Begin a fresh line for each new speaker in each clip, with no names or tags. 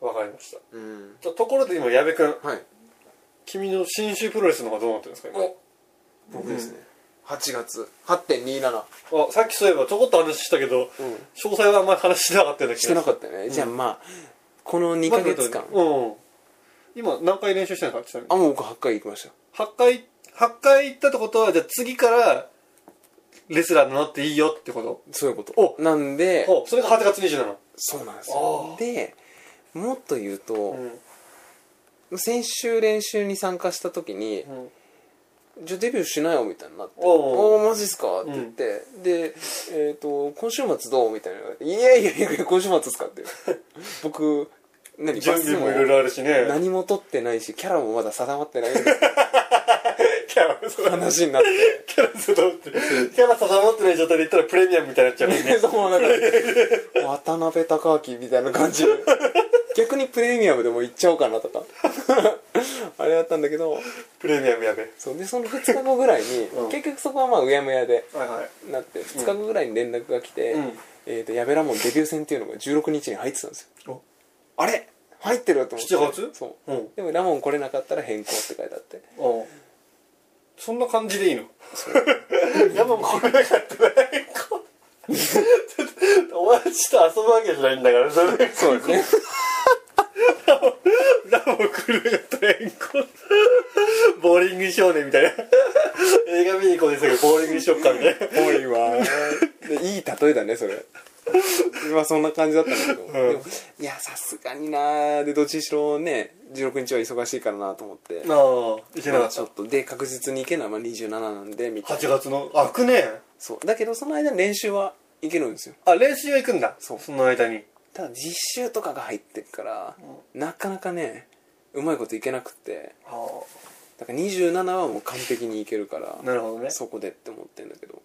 ました
うん
とところで今矢部君
はい
君の新州プロレスの方どうなってるんですか
お僕ですね、8月8.27
今あさっきそういえばちょこっと話したけど、
うん
詳細はあんまり話しなかったような気が
してなかったよね、じゃあまあこの2
ま
ヶ
あ
月間、
うん今何回練習してんのかちなみに
あもう僕8回行きましたよ
8回八回行ったってことはじゃあ次からレスラーになっていいよってこと
そういうことなんで
おそれが8月27
そうなんです
あ
よ
ー
でもっと言う
う
と、
ん
先週練習に参加した時に
うん
「じゃあデビューしなよ」みたいになって「
おう
おおマジっすか」って言って、で、えっと「今週末どう?」みたいな「いやいやいやいや今週末っすか」って僕何
準備もいろい
バ
ろあるし
スも
ね
何も取ってないしキャラもまだ定まってない
キャラそう
話にな って
キャラ定まってキャラ定まってない状態で言ったらプレミアムみたいになっちゃうもんね
そうなんか渡辺隆明みたいな感じで逆にプレミアムでも行っちゃおうかなとか あれだったんだけど
プレミアムやべ
そうでその2日後ぐらいに、
うん
結局そこはまあうやむやで
はいはい
なって2日後ぐらいに連絡が来て、
うん
えー、と矢部ラモンデビュー戦っていうのが16日に入ってたんですよ
お
あれ入ってると思って
7月
そう、
うん
でもラモン来れなかったら変更って書いてあって
うんそんな感じでいいのやっぱこれなかったねこうお前ちょっと遊ぶわけじゃないんだからそれで
そうですね
ラボクルーと変更ボーリング少年みたいな映画見に行こうですけどボーリングしよっかみたいな
多いわでいい例えだねそれ今そんな感じだったんだけど、でもいやさすがになーでどっちにしろね16日は忙しいからなと思って、
ああ行けな
ま
か
あ
っ
ちょったとで確実に行けない、まあ、27なんでみたいな
8月のあくね
そうだけどその間に練習は行けるんですよ
あ練習は行くんだ
そう
その間に
ただ実習とかが入ってるから、なかなかねうまいこといけなくって
あ
だから27はもう完璧にいけるから
なるほどね
そこでって思ってんだけど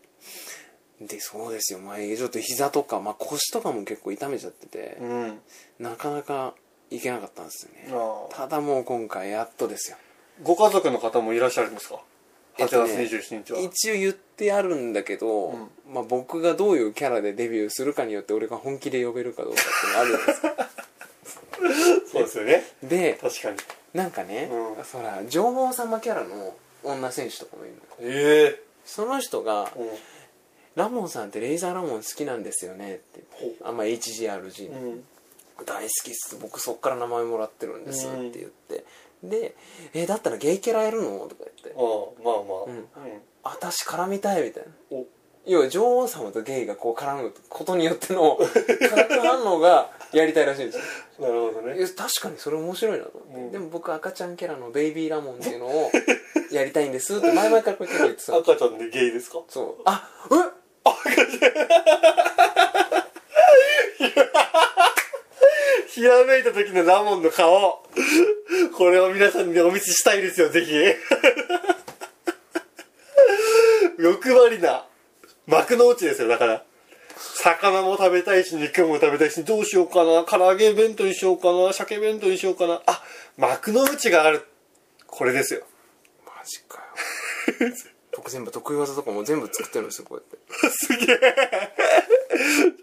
でそうですよ前ちょっと膝とか、まあ、腰とかも結構痛めちゃってて
う、ん
なかなかいけなかったんですよね
ああ
ただもう今回やっとですよ
ご家族の方もいらっしゃるんですか
え
8
っ
月
とね
27日は、
一応言ってあるんだけど、
うん
まあ、僕がどういうキャラでデビューするかによって俺が本気で呼べるかどうかっていうのがあるんですよ
そうですよね
で
確かに
なんかね、
うん
そら女王様キャラの女選手とかもいるの
え
その人が
えうん
「ラモンさんってレイザーラモン好きなんですよね」って
ほ
あんまあ HGRG の、
うん
大好きっす僕そっから名前もらってるんです」って言って、で「えだったらゲイキャラやるの?」とか言っ
あ
て
あまあまあ
うん
うん
「私絡みたい」みたいな
お
要は女王様とゲイがこう絡むことによって の化学反応がやりたいらしいんですよ
なるほど
い
ね
や確かにそれ面白いなと思って、
うん
でも僕赤ちゃんキャラのベイビーラモンっていうのを やりたいんですって前々からこう結構言ってたの
赤ちゃんでゲイですか
そうあえ
ひらめいた時のラモンの顔これを皆さんにお見せしたいですよぜひ欲張りな幕の内ですよだから魚も食べたいし肉も食べたいしどうしようかな唐揚げ弁当にしようかな鮭弁当にしようかなあ幕の内があるこれですよ
マジかよ 僕全部得意技とかも全部作ってるんですよこうやって
すげえ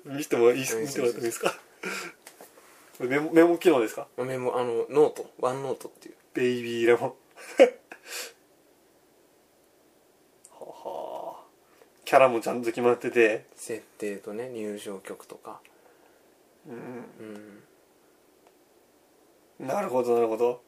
見てもいいです見てもらってもいいですかこれメモメモ機能ですか
メモあのノートワンノートっていう
ベイビーラモン ははキャラもちゃんと決まってて
設定とね入場曲とかうん
なるほどなるほど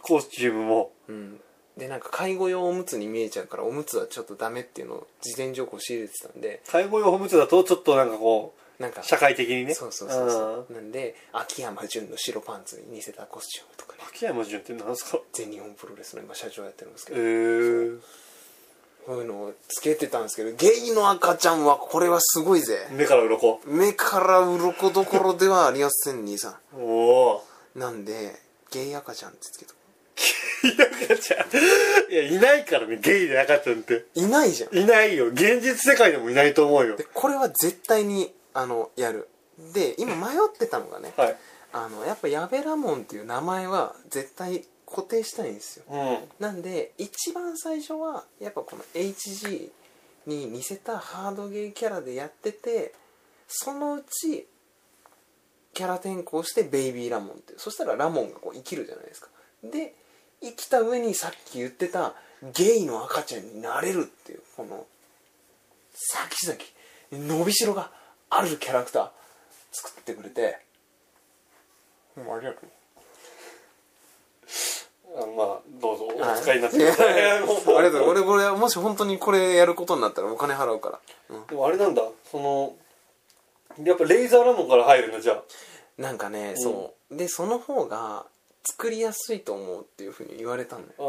コスチュームも
うんでなんか介護用おむつに見えちゃうからおむつはちょっとダメっていうのを事前情報仕入れてたんで
介護用おむつだとちょっとなんかこ
なんか
う社会的にね
そうそうそうそうなんで秋山純の白パンツに似せたコスチュームとかね
秋山潤って何ですか
全日本プロレスの今社長やってるんですけ
え
ど、
ー、
こういうのをつけてたんですけどゲイの赤ちゃんはこれはすごいぜ、
目から鱗
目から鱗どころではありません兄さ
おお
んなんでゲイ赤ちゃんってつけとく
いや赤ちゃんいやいないからねゲイで赤ちゃんって
いないじゃん
いないよ現実世界でもいないと思うよ
でこれは絶対にあのやるで今迷ってたのがね、
はい
あのやっぱ矢部ラモンっていう名前は絶対固定したいんですよ
うん
なんで一番最初はやっぱこの HG に似せたハードゲーキャラでやっててそのうちキャラ転向してベイビーラモンってそしたらラモンがこう生きるじゃないですかで生きた上にさっき言ってたゲイの赤ちゃんになれるっていうこの先々伸びしろがあるキャラクター作ってくれてもうありがとう
あまあどうぞお
はい
使いになってくださいも
ありがとう俺俺はもし本当にこれやることになったらお金払うから、う ん
でもあれなんだそのやっぱレイザーラモンから入るのじゃあ
なんかね、そうでその方が作りやすいと思うっていうふうに言われたんだよ
あ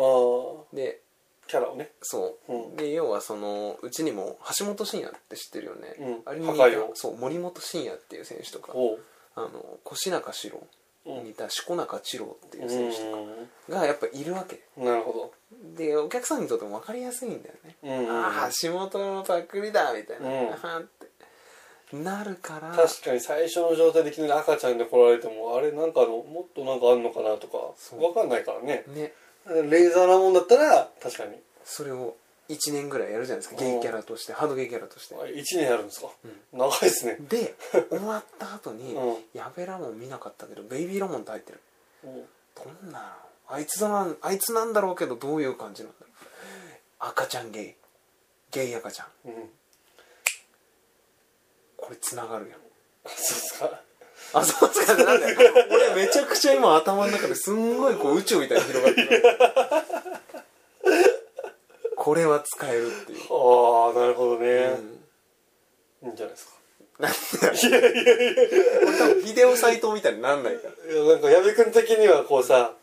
ー
で
キャラをね
そう、
うん
で要はそのうちにも橋本真也って知ってるよね、
うん
あれに
破
似
壊王
たそう森本真也っていう選手とか
おう
あの越中四郎
うん
似た四股中四郎っていうう選手と
ん
かがやっぱいるわけ
なるほ
でお客さんにとっても分かりやすいんだよね、
どうん
ああ橋本のパクリだみたいな、
うん
あはんってなるから
確かに最初の状態できなり赤ちゃんで来られてもあれなんかあのもっとなんかあんのかなとか
そう
わかんないからね
ね
レイザーラモンだったら確かに
それを1年ぐらいやるじゃないですかゲイキャラとしてハードゲイキャラとして
あ1年やるんですか、長いですね
で終わった後 に
うん
「やべラモン見なかったけどベイビーラモンって入ってる
うん
どんなのあいつだなあいつなんだろうけどどういう感じなんだろう赤ちゃんゲイゲイ赤ちゃ
う
ん
ん
これつながるやん
あそうっすか
あそうつかなんだよ 俺めちゃくちゃ今頭の中ですんごいこう宇宙みたいに広がってるこれは使えるっていう、
ああなるほど
う
ね、
ん、
いいんじゃないですか
なんだいやいやいや多分ビデオサイトみたいになんないから
いやなんか矢部君的にはこうさ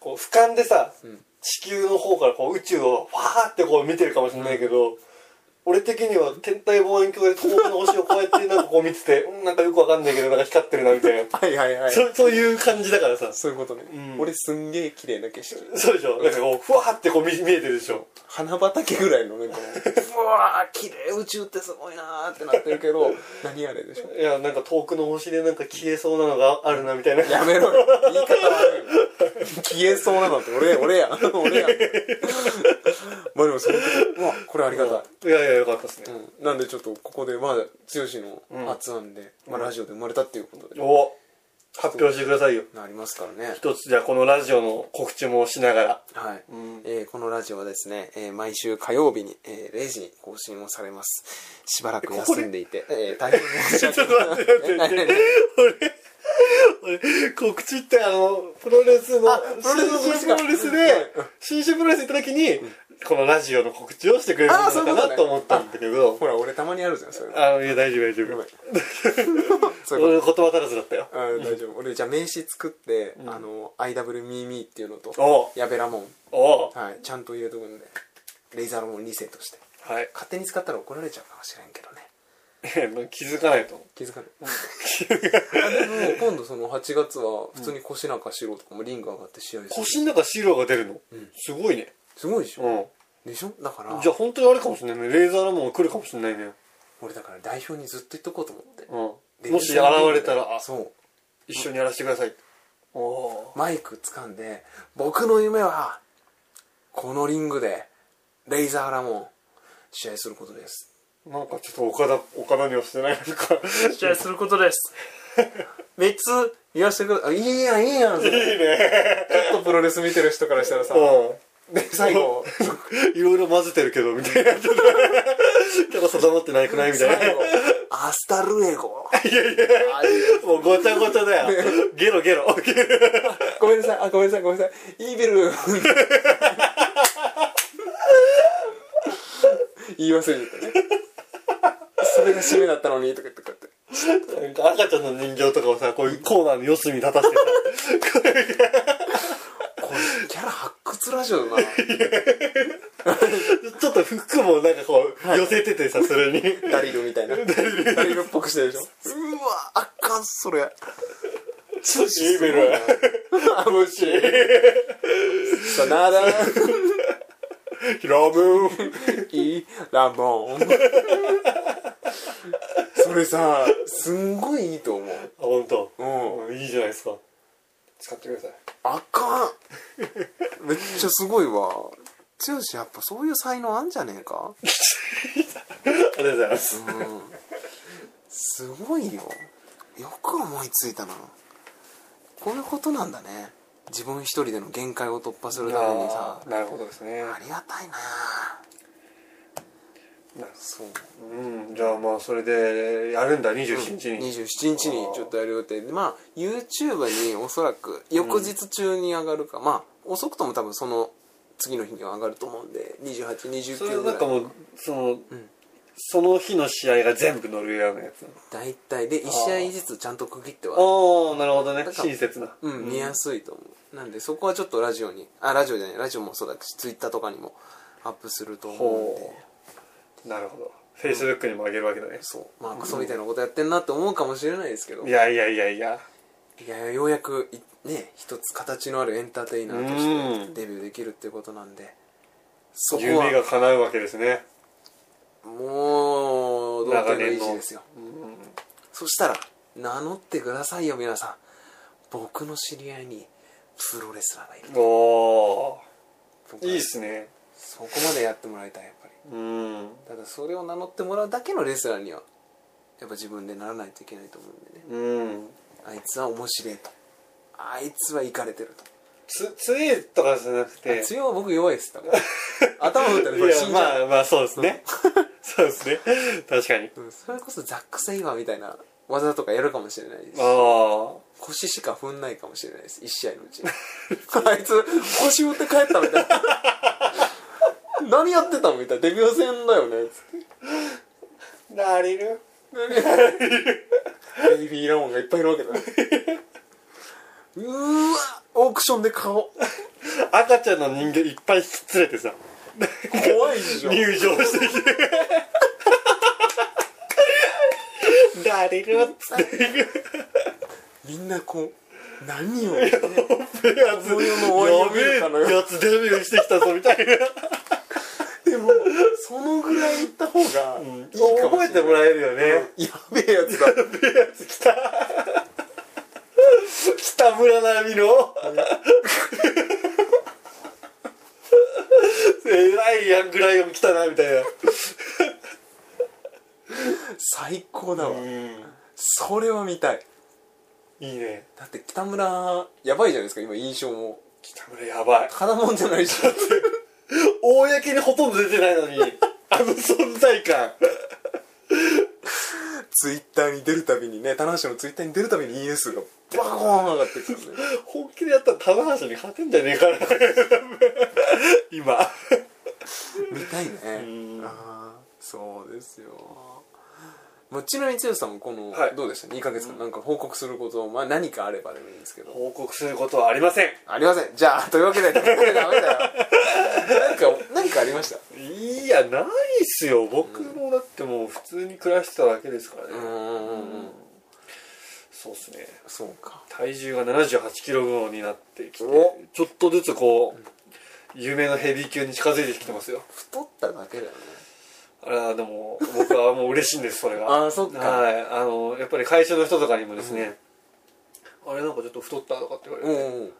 こう俯瞰でさ、
ん
地球の方からこう宇宙をファーってこう見てるかもしれないけど、俺的には天体望遠鏡で遠くの星をこうやってなんかこう見てて、うん、なんかよくわかんないけどなんか光ってるなみたいな
はいはいはい
そそういう感じだからさ
そういうことね、
うん
俺すんげえ綺麗な景色
そうでしょなんかこうふわーってこう見見えてるでしょ
花畑ぐらいのねこの うわー綺麗宇宙ってすごいなーってなってるけど 何あれでしょ
いやなんか遠くの星でなんか消えそうなのがあるなみたいな
やめろよ言い方悪いよ消えそうなのって俺俺や俺や まあでもそういうことうわこれありがたい、
いやいやよかったですね、
うん、なんでちょっとここでまあ剛の発案で、まあ、ラジオで生まれたっていうことで、
お発表してくださいよ
なりますからね
一つじゃあこのラジオの告知もしながら
はい、
うん
えーこのラジオはですね、えー毎週火曜日に、えー0時に更新をされますしばらく休んでいてえー大変申 し
ちょっ
訳
と
ない
待って待って待って。俺、 俺、告知ってあの、プロレスの
あ、プロレス
新
の告知
進プ
か
ロレスで、新進プロレス行った時に、このラジオの告知をしてくれるの
あそういう
か
こと
な
ね
と思ったんだけど、
ほら俺たまにあるじゃんそれ
あの、いや、大丈夫大丈
ご
夫
めん。そういう
俺、言葉足らずだったよ
こ。とあー大丈夫俺じゃあ名刺作って、あの IWMeMe っていうのと
おう
やべらもん、
おう
はい、ちゃんと入れとくんでレイザーロモン2世として
はい。
勝手に使ったら怒られちゃうかもしれんけどね
気づかないと。
気づかないあでも今度その8月は普通に腰中四郎とかもリング上がって試合する
腰の中シーローが出るのすごいね。
すごいでしょ、
うん。
でしょだから
じゃあ本当にあれかもしれないね。レーザーラモンが来るかもしれないね。
俺だから代表にずっと言っとこうと思っ
う
て、で
ん。もし現れたら、あ
そう
一緒にやらせてください。おお
マイク掴んで僕の夢はこのリングでレイザーラモン試合することです
なんかちょっと岡田、岡田にはしてないのか。
試合することです 3つ言わせてくださいいいやんいいやんそれ
いいね。
ちょっとプロレス見てる人からしたらさ
う
で最後
ん。いろいろ混ぜてるけど、みたいな。ちょっとキャラ定まってないくない みた
最
い
後アスタルエゴ
な。いやいや。
あいい
もうごちゃごちゃだよ。ゲロゲロ。ゲロ
ごめんなさいあごめんなさいごめんなさいイーベル言い忘れちゃったねそれが締めだったのにとか言ってこうやって
なんか赤ちゃんの人形とかをさ、こういうコーナーの四隅立たして
これキャラ発掘ラジオだな
さ、ちょっと服もなんかこう、寄せててさ、それに。
ダリルみたいなダリルっぽくしてるでしょうわあかんそれ
イーベル。
あもしさなら
ヒラムーン。
いいラモンそれさすんごいいいと思う
あ、ほんと。
うん
うんいいじゃないですか。使ってください。
あかんめっちゃすごいわ剛やっぱそういう才能あんじゃねえか
ありがとうございます。
すごいよよく思いついたなこういうことなんだね自分一人での限界を突破するためにさ
あーなるほどですね
ありがたいな
な
そう
うんじゃあまあそれでやるんだ27日に、
27日にちょっとやる予定でまあ YouTube におそらく翌日中に上がるか、まあ遅くとも多分その次の日には上がると思うんで2829
そ
ぐ
れ
らい
はなんかもうその、その日の試合が全部ノルウェアのやつ
大体で1試合ずつちゃんと区切っては
ああなるほどね
なんか
親切な
うん見やすいと思うなんでそこはちょっとラジオにあラジオじゃないラジオもそうだし Twitter とかにもアップすると思うんで
ほうなるほどフェイスブックにもあげるわけだね、
そうまあクソみたいなことやってんなって思うかもしれないですけど
いやいやいやいや
いやようやくいね一つ形のあるエンターテイナーと
う
し
ん
てデビューできるっていうことなんでそこ
夢が
は
叶うわけですね
もう同
長
点の
年
維
の
持ですよそしたら名乗ってくださいよ皆さん僕の知り合いにプロレスラーがいる
おお
僕
ー
はい
いっすね
そこまでやってもらいたいやっぱり
うん
ただそれを名乗ってもらうだけのレスラーにはやっぱ自分でならないといけないと思うん
う
でね
ん
あいつは面白いとあいつはイかれてると
つ強いとかじゃなくて
強いは僕弱いです多 分頭打ったらこ
い
れ
や
死んじゃう、
まあまあそうです ねそうですね確かに
うんそれこそザック・セイバーみたいな技とかやるかもしれないです
あ
腰しか踏んないかもしれないです1試合の うちにあいつ腰打って帰ったみたいな何やってたのみたいなデビュー戦だよねつって
あなれる
ベイビーラモンがいっぱいいるわけだうーわオークションで顔
赤ちゃんの人形いっぱい引き連れてさ
怖いっしょ
入場してきてなれるっつって
みんなこう何をね
やつ
同様の終わりを見るかのよ
やべえやつデビューしてきたぞみたいな
でもそのぐらい行った方がいいかもしれない、
覚えてもらえるよね
やべえやつだ
来た北村並みのえらいヤングライオン来たなみたいな
最高だわ、
うん
それは見たい
いいね
だって北村やばいじゃないですか今印象も
北村やばい
ただもんじゃない し
公にほとんど出てないのにあの存在感
ツイッターに出るたびにね棚橋のツイッターに出るたびに ES がバコーン上がってくるね
本気でやったら棚橋に勝てんじゃねえかな 今
見たいね
ん
ああそうですよまあ、ちなみに剛さんもこの、
はい
どうでした2ヶ月間なんか報告することを、まあ、何かあればでもいいんですけど
報告することはありません
ありませんじゃあというわけ でダメだよなんか何かありました
いやないっすよ僕もだってもう普通に暮らしてただけですからね、
うんうんうん
そうっすね
そうか
体重が7 8キロ分になってきて
お
ちょっとずつこう夢のヘビー級に近づいてきてますよ
太っただけだよね
あらでも僕はもう嬉しいんですそれ が
あーそっか
はいあのやっぱり会社の人とかにもですね、あれなんかちょっと太ったとかって言われて、
うんうん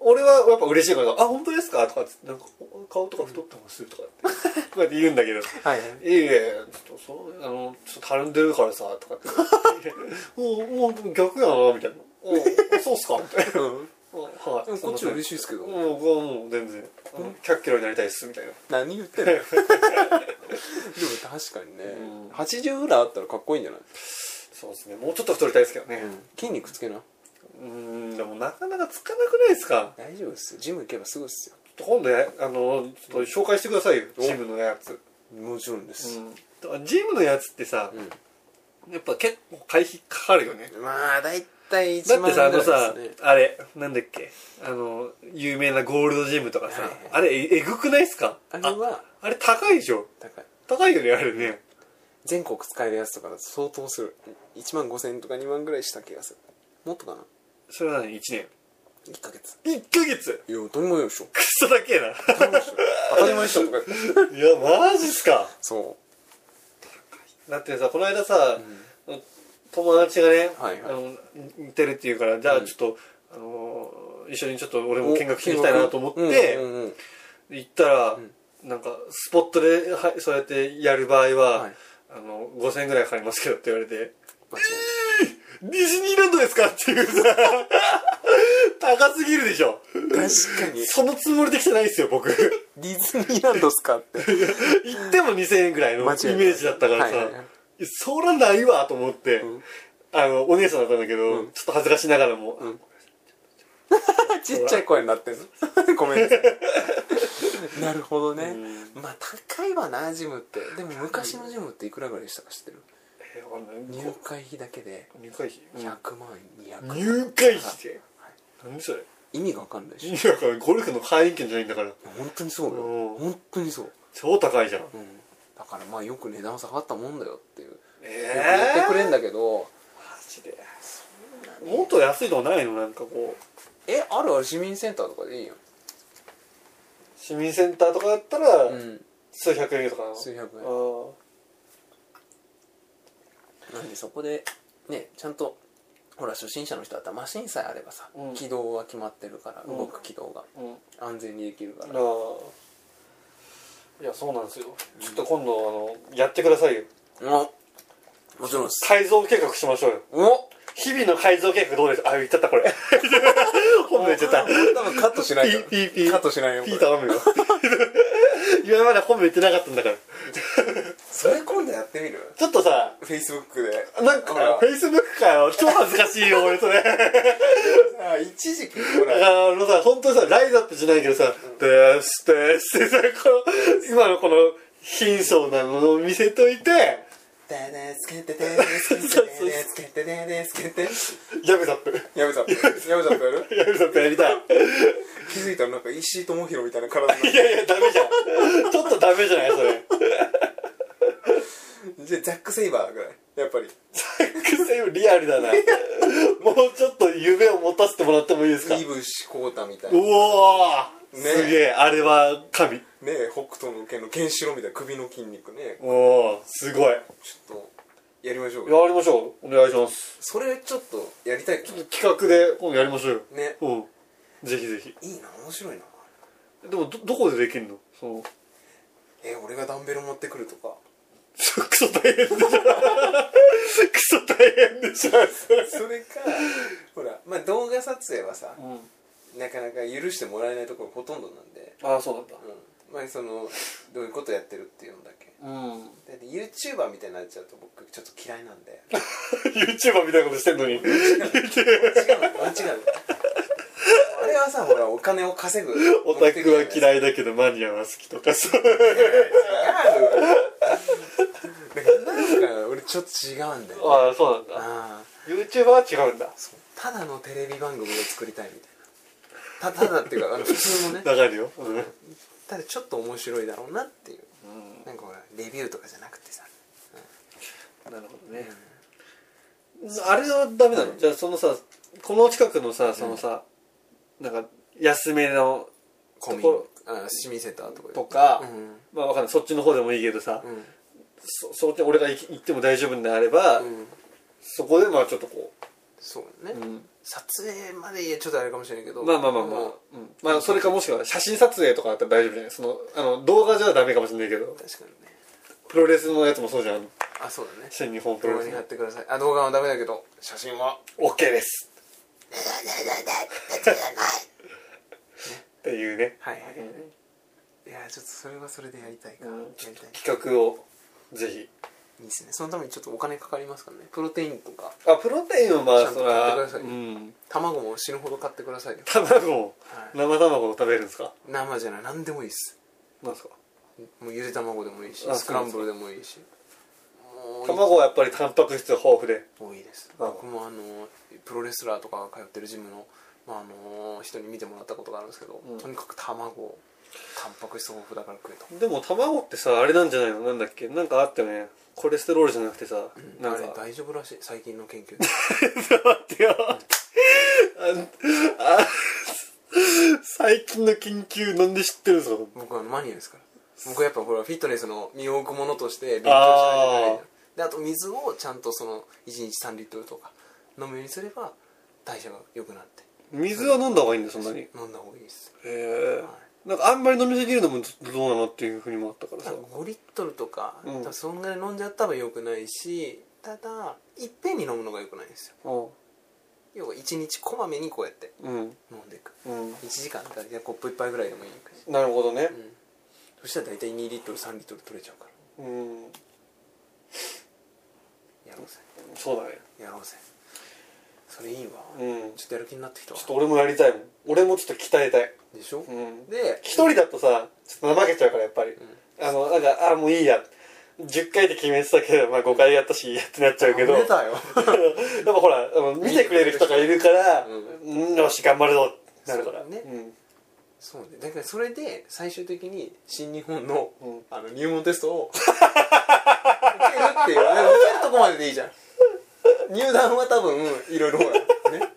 俺はやっぱ嬉しいから「あ本当ですか?」とかっつってなんかお顔とか太ったまするとか ってこうやって言うんだけど「
はい
いえいえちょっとそうあのちょっとたるんでるからさ」とかって 「もうもう逆やな」みたいな「おそうっすか?」みたいな
うん
「あはい」
でもこっちは嬉
し
しいですけど
もう僕はもう全然あの100キロになりたいっすみたいな
何言ってんの でも確かにね、
うん
80ぐらいあったらかっこいいんじゃない、
そうですねもうちょっと太りたいですけどね
筋肉つけな
うんでもなかなかつかなくないですか
大丈夫ですよジム行けばすぐですよ
ちょっと今度やあのちょっと紹介してくださいよ
お
ジムのやつ、
もちろんです、
うん、ジムのやつってさ、やっぱ結構会費かかるよね
まあ大体
だ
1
って
万
さあの
ぐら
さ
いですね
あれなんだっけあの有名なゴールドジムとかさ、
はいはい
あれええぐくないっすか
あれは
あれ高いでしょ
高い
高いよねあれね
全国使えるやつとかだと相当する1万5000とか2万ぐらいした気がするもっとかな
それは何1年
1ヶ月
1ヶ月
いや当たり前でしょ
クソだけ えな
当たり前でしょ当たり前でしょとか
いやマジっすか
そ
だってさこの間さ、友達がね、
はいはい
あの似てるっていうからじゃあちょっと、あの一緒にちょっと俺も見学しに行きたいなと思って、
うんうんうん
行ったら、なんかスポットで、はい、そうやってやる場合は、
はい
あの5000円ぐらいかかりますけどって言われて
間違いな
デ
い
ィズニーランドですかっていうさ 高すぎるでしょ
確かに
そのつもりで来てないですよ僕行
ディズニーランドっすかって
っても2000円ぐらいのイメ
間違いない
ージだったからさ、
はいはいはい
そらないわと思って、あのお姉さんだったんだけど、ちょっと恥ずかしながらも、
んちっちゃい声になってる のごめんなさいなるほどねまあ高いわなジムってでも昔のジムっていくらぐらいでしたか知ってる
えわかんない
入会費だけで
入会費、
100万200万
入会費って、何それ
意味が分かんないでし
い
ょ
やこれゴルフの会員権じゃないんだから
本当にそうよ
うん
本当にそう、
超高いじゃん、
うん、だからまあよく値段下がったもんだよっていう、
え
言ってくれん
だ
だけど
マジでもっと安いとこないのなんかこう
えあるある市民センターとかでいいよ、
市民センターとかだったら、
うん、
数百円とかなの
数百円
あー
なんでそこでねちゃんとほら初心者の人だったらマシンさえあればさ、
うん
軌道は決まってるから
うん
動く軌道が
うん
安全にできるから、
なあいやそうなんですよちょっと今度あのやってくださいよ
おもちろんです
改造計画しましょうよ
お
日々の改造計画どうですあ言っちゃったこれ 本部言っちゃった
これ多分カットしないから
ピーピーピー
カットしないよこ
ピー
れ
頼むよ今まで本部言ってなかったんだから
それ今度やってみる
ちょっとさ
フェイスブックで
なんか
ほら、
フェイスブックかよ。超恥ずかしいよ、俺それ。
さ一時期 ほら
あのさ、本当にさ、ライズアップじゃないけどさ、でーす、でーすってさ、この、今のこの、貧相なのを見せといて、
「ダダスケテテダスケテテダスケテテダスケテ」
ヤブザップ。
やめたやめたやる
ヤブザップやりたい。
気づいたらなんか石井智弘みたいな体になっ
いやいや、ダメじゃん。ちょっとダメじゃない、それ。
てじゃあザック・セイバーぐらいやっぱり
サックスよりリアルだな。 もうちょっと夢を持たせてもらってもいいですか
イブシコータみたいうなね
おー
ね
すげえ、あれは神。
え北斗の拳のケンシロウみたいな首の筋肉ね
おー、すごい。や
ちょっとやりましょうよ
りましょう。お願いします。
それちょっとやりたいけど
企画で今度やりましょうよ。
ね
うん。ぜひぜひ。
いいな面白いな
でもど、どこでできるのその、
え俺がダンベル持ってくるとか
クソ大変でしょクソ大変でしょそれ
そ れかほらまあ動画撮影はさ
うん。
なかなか許してもらえないところほとんどなんで
ああ、そうなんだ。
うんまあそのどういうことやってるっていうのだけ
うん。
だって YouTuber みたいになっちゃうと僕ちょっと嫌いなん で
YouTuber みたいなことしてんのに。
違うの間違うのあれはさほらお金を稼ぐ
オタクは
違う
嫌いだけどマニアは好きとかそう。
のよなんか俺ちょっと違うんだよ
ああ、そうなんだ。
ああ
YouTuber は違うんだ。
ただのテレビ番組を作りたいみたいなたただっていうかあの普通のね
わかるよ。うん。
ただちょっと面白いだろうなっていうなんかほらレビューとかじゃなくてさ
なるほどね。あれはダメなのじゃあそのさ、この近くのさ、そのさ、なんか、安めの
コミ
とこ
あ市民センターとかで
とか、
うん
まあわかんない。そっちの方でもいいけどさ、
うん
そそっちに俺が行き行っても大丈夫であれば、
うん
そこでまあちょっとこ
そうね
う、
撮影までちょっとあれかもしれないけど
まあまあまあまあ、うんまあそれかもしくは写真撮影とかだったら大丈夫じゃないそのあの動画じゃダメかもしれないけど
確かにね
プロレスのやつもそうじゃん
あそうだね
新日本プ
動
ロ
画
レ
に
ス
貼っ
の
てくださいあ動画はダメだけど写真は
OK ですっていうね、
はいはいはいいやちょっとそれはそれでやりたいか、
うん
やりたい
企画をぜひ
いいですねそのためにちょっとお金かかりますからねプロテインとか
あプロテインはまあ
ちゃんと
そら
買ってください
うん、
卵も死ぬほど買ってくださいよ
卵を、
はい
生卵を食べるんですか
生じゃない何でもいいです
なんですか
もうゆで卵でもいいし
あ
スクランブルでもいいしも
卵はやっぱりタンパク質が豊富で
う多いです
あ
僕もあのプロレスラーとかが通ってるジムの、まあ、あの人に見てもらったことがあるんですけど、
うん
とにかく卵タンパク質豊富だから食えと
でも卵ってさあれなんじゃないのなんだっけなんかあったよねコレステロールじゃなくてさ、な
あ
ん
れ
か
大丈夫らしい最近の研究で
待ってよああ最近の研究なんで知ってるんですか
僕はマニアですから僕はやっぱほらフィットネスの身を置くものとして勉強しないといけないじゃん
あ
であと水をちゃんとその1日3リットルとか飲むようにすれば代謝が良くなって
水は飲んだ方がいいんだそんなにへ
飲んだ方がいいです
えなんかあんまり飲みすぎるのもちょっとどうなのっていうふうにもあったからさ
5リットルとか、
うん
多分そんぐらい飲んじゃったら良くないしただいっぺんに飲むのが良くないんですよ
お
要は1日こまめにこうやって
うん
飲んでいく
うん
1時間だったらコップ1杯ぐらいでもいいかし、
なるほどね
うん、そしたら大体2リットル3リットル取れちゃうか
うん、
らやろうぜ
そうだね
やろうぜそれいいわ、
うん
ちょっとやる気になってきたわ
ちょっと俺もやりたいもん俺もちょっと鍛えたい
でしょ、
うん
で
一人だとさちょっと怠けちゃうからやっぱり、あのなんかあもういいや10回で決めてたけど、まあ、5回やったしいいやってなっちゃうけど
あ寝たよ
でもほらあの見てくれる人がいるから、
う
うんよし頑張るぞってなるから
そうだね
うん
そうねだからそれで最終的に新日本の,、
うん
あの入門テストを 受けるっていうあれ受けるとこまででいいじゃん入団は多分いろいろほらね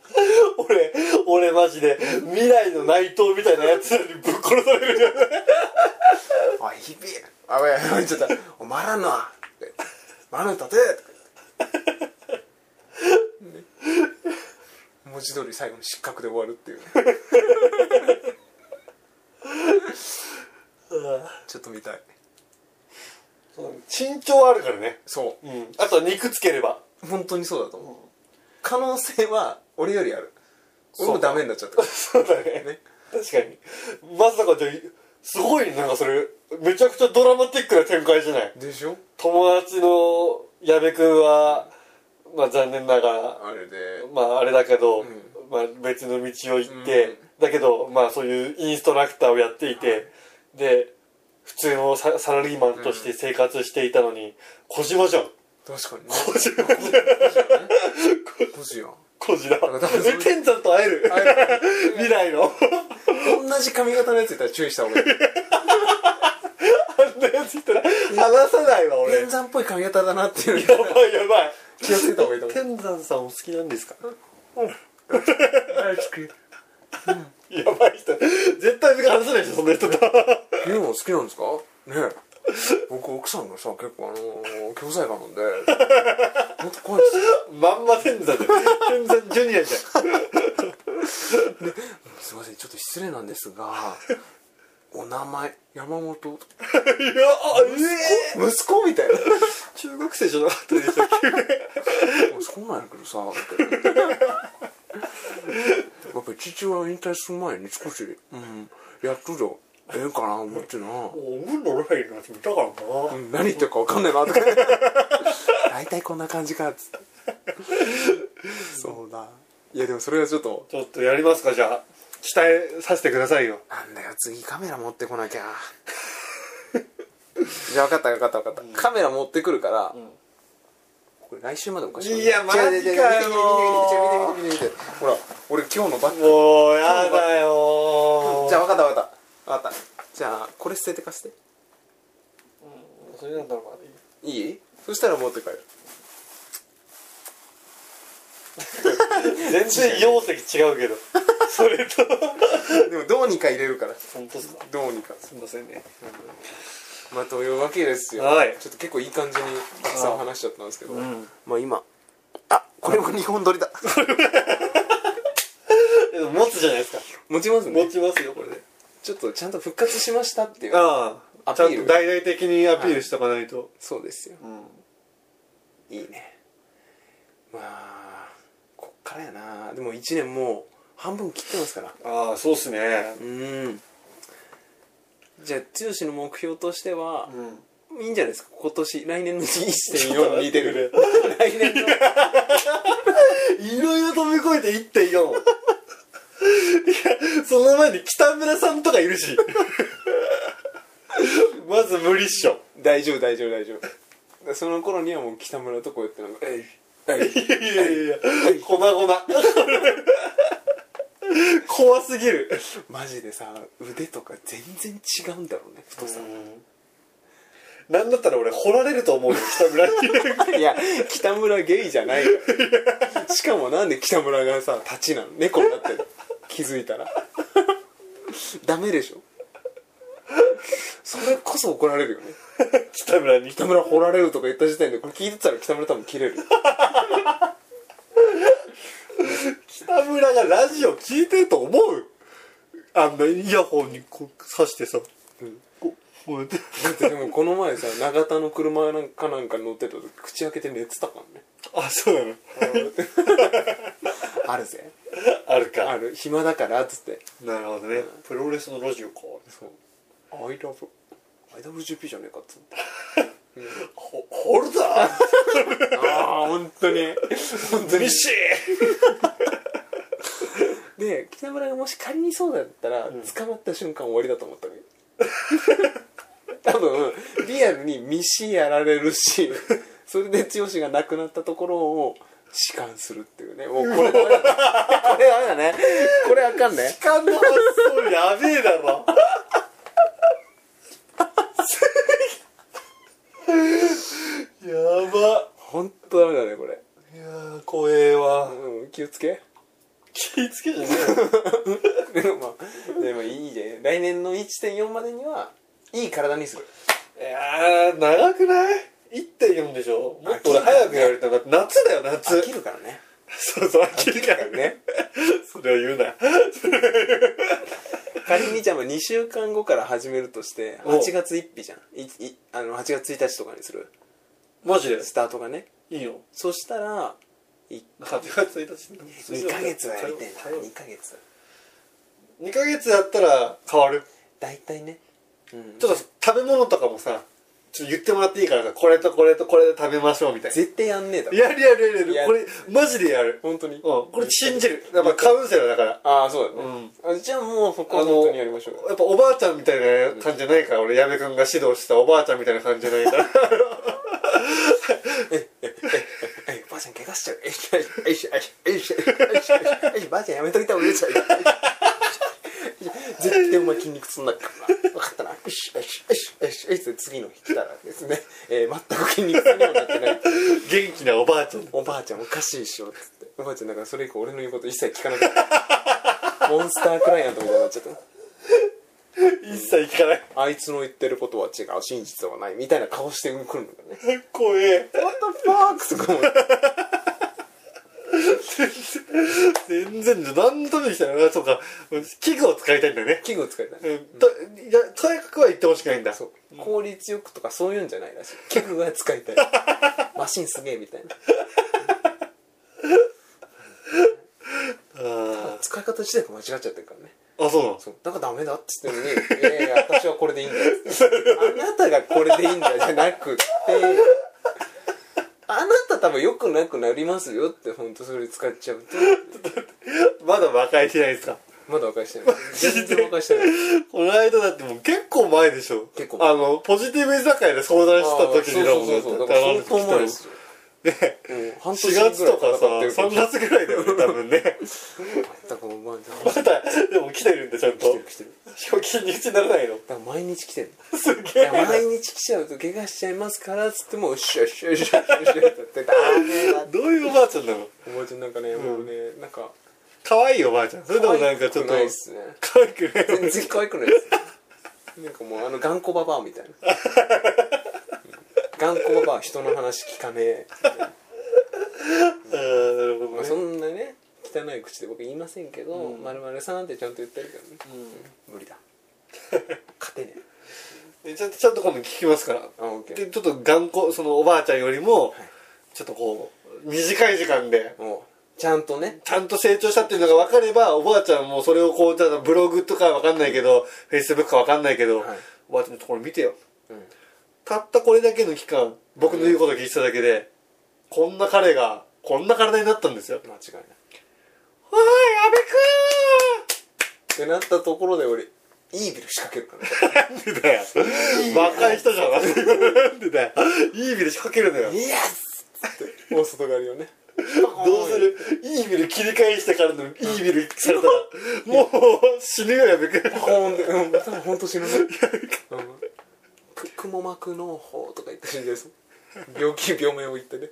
俺俺マジで未来の内藤みたいなやつらにぶっ殺されるよ
おいひびあやばいちょっとお前らのはマヌ 立てとか言ってね文字通り最後の失格で終わるっていう ちょっと見たい
うん身長あるからね
そ
うんあとは肉つければ
う本当にそうだと思う可能性は俺よりある俺もダメになっちゃったか
そうだね
らね
確かにまさかじゃあすごいなんかそれめちゃくちゃドラマティックな展開じゃない
でしょ
友達の矢部君は、まあ、残念ながら
あれで
まああれだけど、
ん
まあ、別の道を行って、だけどまあそういうインストラクターをやっていて、で普通のササラリーマンとして生活していたのに、小島じゃん
確かにね
小島じゃん
ポジやん
小島
だからそれ
え天山と会える未来の
同じ髪型のやついたら注意した方がいい
あんなやついたら話さないわ俺や
天山っぽい髪型だなっていう
ばいやばい
気をつけた方がいいと思う
天山さんお好きなんですか
大好き
やばい人絶対目が離せないでしょそんな人と
ユーモア好きなんですかねえ僕奥さんがさ結構あの教材家なん で本当怖い
まんま天山で天山ジュニアじゃん
ですすいませんちょっと失礼なんですがお名前山本息
いやあええ
子みたいな
中学生じゃなかったでしたっ
息子なんやけどさみたいなやっぱり父親引退する前に少し、うん、やっとじゃええかな思って
け
な、
おぶんのラインのやつ見たからな、
うん、何言ってるか分かんないなとか大体こんな感じかっつってそうだいやでもそれはちょっと
ちょっとやりますかじゃあ鍛えさせてくださいよ
なんだよ次カメラ持ってこなきゃじゃあ分かった分かった分かった、カメラ持ってくるから、これ来週までおかしくない
いやマジかよ
違う違う違う見て見て見て見て見て見て見て見てほら俺今日のバッグ
もうやだよ
じゃあ分かった分かった分かったじゃあこれ捨ててかして
それなんだろう
いいそしたら持って帰る
全然容積違うけどそれと
でもどうにか入れるから
本当ですか
どうにか
すいませんね
まあというわけですよ、
はい
ちょっと結構いい感じにたくさん話しちゃったんですけど、
ん
まあ今あこれも日本撮りだ
でも持つじゃないですか
持ちます
持
ね
ちますよこれで
ちょっとちゃんと復活しましたっていう
ああ
ア
ち
ピ
ゃ
ー
ん
ル
と大々的にアピールしとかないと、
そうですよ
うん
いいねまあこっからやなでも1年もう半分切ってますから
ああそうっすね
うんじゃあ剛の目標としては、
うん
いいんじゃないですか今年来年の1.4に似てる来年の
いろいろ飛び越えて1.4いやその前に北村さんとかいるし まず無理っしょ
大丈夫大丈夫大丈夫その頃にはもう北村とこうやってなんか「えいえい
いやいやいや粉々 怖すぎる
マジでさ腕とか全然違うんだろうね太さ
なんだったら俺掘られると思うよ北村に
いや北村ゲイじゃないよしかもなんで北村がさ立ちなの猫になってる気づいたらダメでしょそれこそ怒られるよね
北村に
北村掘られるとか言った時点でこれ聞いてたら北村多分切れる
北村がラジオ聞いてると思うあんなイヤホンにこう刺してさ、
うん
こうこうやって
だってでもこの前さ永田の車なんかなんか乗ってた時口開けて寝てたからね
あそうなの
あるぜ
あるか
ある暇だからっつって
なるほどねプロレスのラジオか
そう「I love IWGP じゃねえか」っつって
ほホルダー
ああ本当に本当に
ミシ
で北村がもし仮にそうだったら、捕まった瞬間終わりだと思ったわけ 多分リアルに飯やられるしそれで剛が亡くなったところを痴漢するっていうねもうこれダメだこれダメだねこれあかんね
ー感動発想やべえだ ろやば
本当ダメだねこれ、
いやー怖えわ
うん、気をつけ
気ぃつけじゃね
でもまあでもいいね来年の1.4までにはいい体にする
えよいやー長くない1.4でしょもっと俺早くやりたいだって夏だよ夏
飽きるからね
そうそう飽きるから
飽きるからね
それを言うな
仮にじゃあまあ2週間後から始めるとして
おう
8月1日じゃんいいあの8月1日とかにする
マジで
スタートがね
いいよ
そしたら2
8月1日
ヶ月はやりたいな
火曜
2ヶ月
2ヶ月やったら変わる
大体ねうん
ちょっと食べ物とかもさちょっと言ってもらっていいからさこれとこれとこれで食べましょうみたいな
絶対やんねえだろ
やるやるやる
いや
これマジでやるうん
本当に
これ信じるやっぱカウンセラーだから
ああそうだ
う
ねあじゃあもうそこは
あの
本当にやりましょうよ
やっぱおばあちゃんみたいな感じじゃないから俺矢部君が指導したおばあちゃんみたいな感じじゃないから
ええばあちゃん怪我しちゃうえいしょえいしょえいしょえいしょえいしょばあちゃんやめといた方がいいですよ絶対お前筋肉痛になるからな分かったなよしよしよしよしよしって次の日来たらですね、えー、全く筋肉痛にもなってない
元気なおばあちゃん
おばあちゃんおかしいっしょっつっておばあちゃんだからそれ以降俺の言うこと一切聞かなかったモンスタークライアントみたいになっちゃった
一切聞かない
あいつの言ってることは違う真実はないみたいな顔して来るのからね
怖え
「What the fuck?」とか思って
全然じゃ何のために来たのそうか器具を使いたいんだね
器具を使いたい
うんといやとにかくは言ってほしくないんだ
そう効率よくとかそういうんじゃな いらしい器具が使いたいマシンすげえみたいな
あ
使い方自体が間違っちゃってるからね
ーあそうなの
そうだからダメだっつってんのに「いやいや私はこれでいいんだよ」あなたがこれでいいんだよ」じゃなくて「あなた多分良くなくなりますよ」って本当それ使っちゃうと
まだ和解してないですか
まだ和解してない全然和解してない
この間だってもう結構前でしょ
結構前
あのポジティブ居酒屋で相談してた時にだもん
そうそうそうだから相当前ですよ
ね
うん半年
4月とかさ
ぐらい戦って
3
る
月ぐらいだよね多分ね
だからお前だ
まだでも来てるんだちゃんと
来てる来てる
しかも筋肉痛にならないの
だから毎日来てる
すげ
い
え
や毎日来ちゃうと怪我しちゃいますからっつってもうシュッシュッシュッシュッシュッってダメだ
どういうおばあちゃんなの
おばあちゃんなんかねもうねなんか
可愛いおばあちゃんそれでもなんかちょっと
ないっすね
可愛くない
全然可愛くないですなんかもうあの頑固ババアみたいなうん頑固ババア人の話聞かねえ、
あーなるほ
まあ、
ど
そ
ね
んなね汚い口で僕言いませんけど「まるまるさん」ってちゃんと言ってるけどね、無理だ勝てね
えちゃんとちゃんと今度聞きますから
えあオッケ
で
ー
ちょっと頑固そのおばあちゃんよりもちょっとこう短い時間で
もうちゃんとね
ちゃんと成長したっていうのが分かればおばあちゃんもそれをこうじゃあブログとか分かんないけどフェイスブックか分かんないけど、
はい
おばあちゃんのところ見てよ
うん
たったこれだけの期間僕の言うことを聞いてただけでこんな彼がこんな体になったんですよ
間違いない
おい阿
ってなったところで俺イービル仕掛けるからね
部くんなんでだよ若い人じゃんなんでだよいいビル仕掛けるのよ
イエスって大外刈りを ね
どうするいいビル切り返してからのいいビルされたらもう死ぬよやべくん
パコーンでうん多分本当死ぬねうんく雲膜農法とか言ってるんです病気病名を言ってね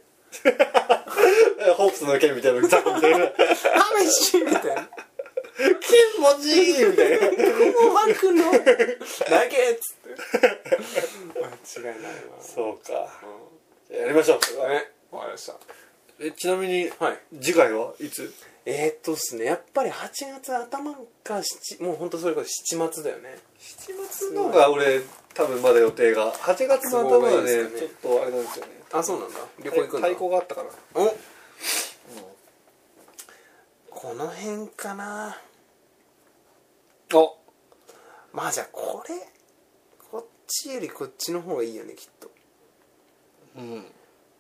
ホープスの剣みたいなのザコみたいな
試しみたいな
気持ちいいみたいな
雲膜の投げっつって間違いない
そうか
な
やりましょう
うんねわかりました
えちなみに
はい
次回はいつ
えー、っとですねやっぱり8月頭か七もう本当それこそ7末だよね
7月のが俺多分まだ予定が8月の頭は
都合がいい
ね
です
ちょっ
かね
とあれなんですよね
あそうなんだ旅行行くんだ
太鼓があったから
おこの辺かな
あ
まあじゃあこれこっちよりこっちの方がいいよねきっと
うん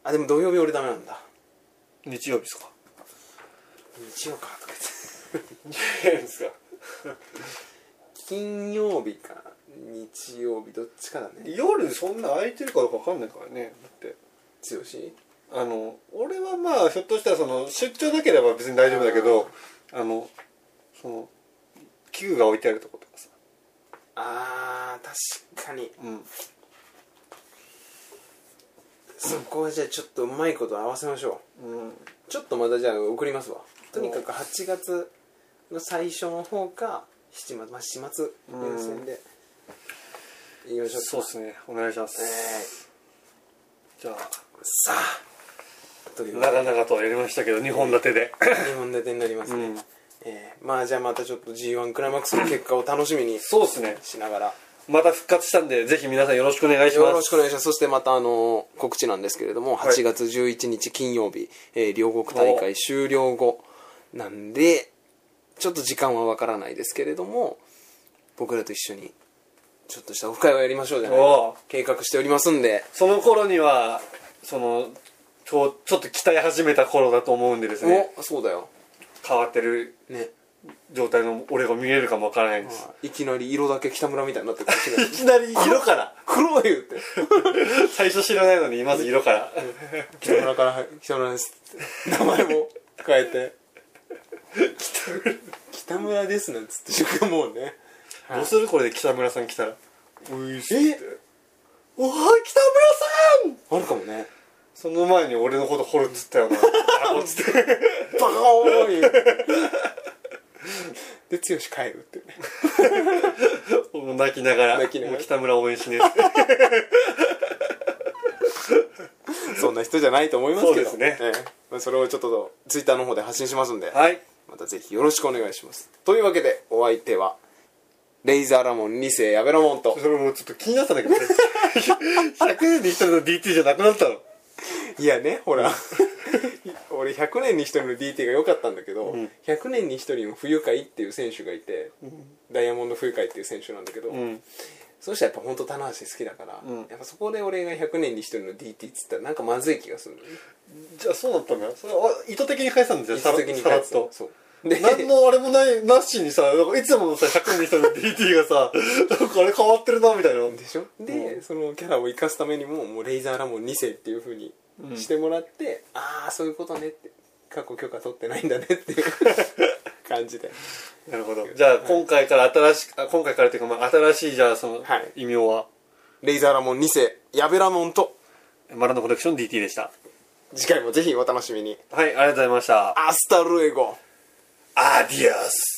あでも土曜日俺ダメなんだ
日曜日ですか
日曜かとか言って
日曜日ですか
金曜日か日曜日どっちかだね
夜そんな空いてるかどうか分かんないからねだって
強し
あの俺はまあひょっとしたらその出張なければ別に大丈夫だけどあのその器具が置いてあるとことかさ
あー確かに
うん
そこはじゃあちょっとうまいこと合わせましょ
うん
うちょっとまたじゃあ送りますわとにかく8月の最初の方か7月まあ始末優先でいきましょう
そうですねお願いしま
え
すじゃあ
ーさあという
長々とやりましたけど2本立てで
日本立てになりますね、
うん
えーまあじゃあまたちょっと g 1クライマックスの結果を楽しみに
そうですね
しながら
また復活したんでぜひ皆さんよろしくお願いし
よ
ま
ろ
す
しくお願いしますそしてまたあのー告知なんですけれども
い
8月11日金曜日、えー両国大会終了後なんでちょっと時間はわからないですけれども僕らと一緒にちょっとしたオフ会をやりましょうじゃない
おう
か計画しておりますんで
その頃にはそのちょちょっと鍛え始めた頃だと思うんでですね
おそうだよ
変わってる
ね
状態の俺が見れるかもわからないです
いきなり色だけ北村みたいになってるかもし れない
いきなり色から
黒い言って
最初知らないのにまず色から
北村から北村ですって名前も変えて北村北村ですなんつってしかもうね
どうするこれで北村さん来たら「ういっす」っ
え
て「おはい北村さん!
あるかもね」
その前に俺のこと掘るっつった よなあこっつって
バカーンで剛帰るっていうね
もう泣きながら
泣きなが
も
ら
う北村応援しねえっつ って
そんな人じゃないと思いますけど
そうですね
ええまあそれをちょっとツイッターの方で発信しますんで、
はい
またぜひよろしくお願いしますというわけでお相手はレイザーラモン2世矢部ラモンと
それもうちょっと気になったんだけど 100年に一人の DT じゃなくなったの
いやねほら 俺100年に1人の DT が良かったんだけど、
ん
100年に1人の冬海っていう選手がいて、ダイヤモンド冬海っていう選手なんだけど、
うん
そしたらやっぱ本当棚橋好きだから、
うん
やっぱそこで俺が100年に1人の DT っつったらなんかまずい気がするのね
じゃあそうだったんだそれあ意図的に返したんだよ
意
さら
図的に
さら
返
っ
す
と
そうで
何のあれもないなしにさなんかいつものさ100人の人の DT がさなんかあれ変わってるなみたいな
でしょで、
う
そのキャラを生かすためにももうレイザーラモン2世っていうふうにしてもらって、ああそういうことねって過去許可取ってないんだねっ ていう感じで
なるほどじゃあ今回から新しくあ今回からというかまあ新しいじゃあその
はい
異名は
レイザーラモン2世矢部ラモンと
マラノコレクション DT でした
次回もぜひお楽しみに
はいありがとうございました
アスタルエゴ
アディアス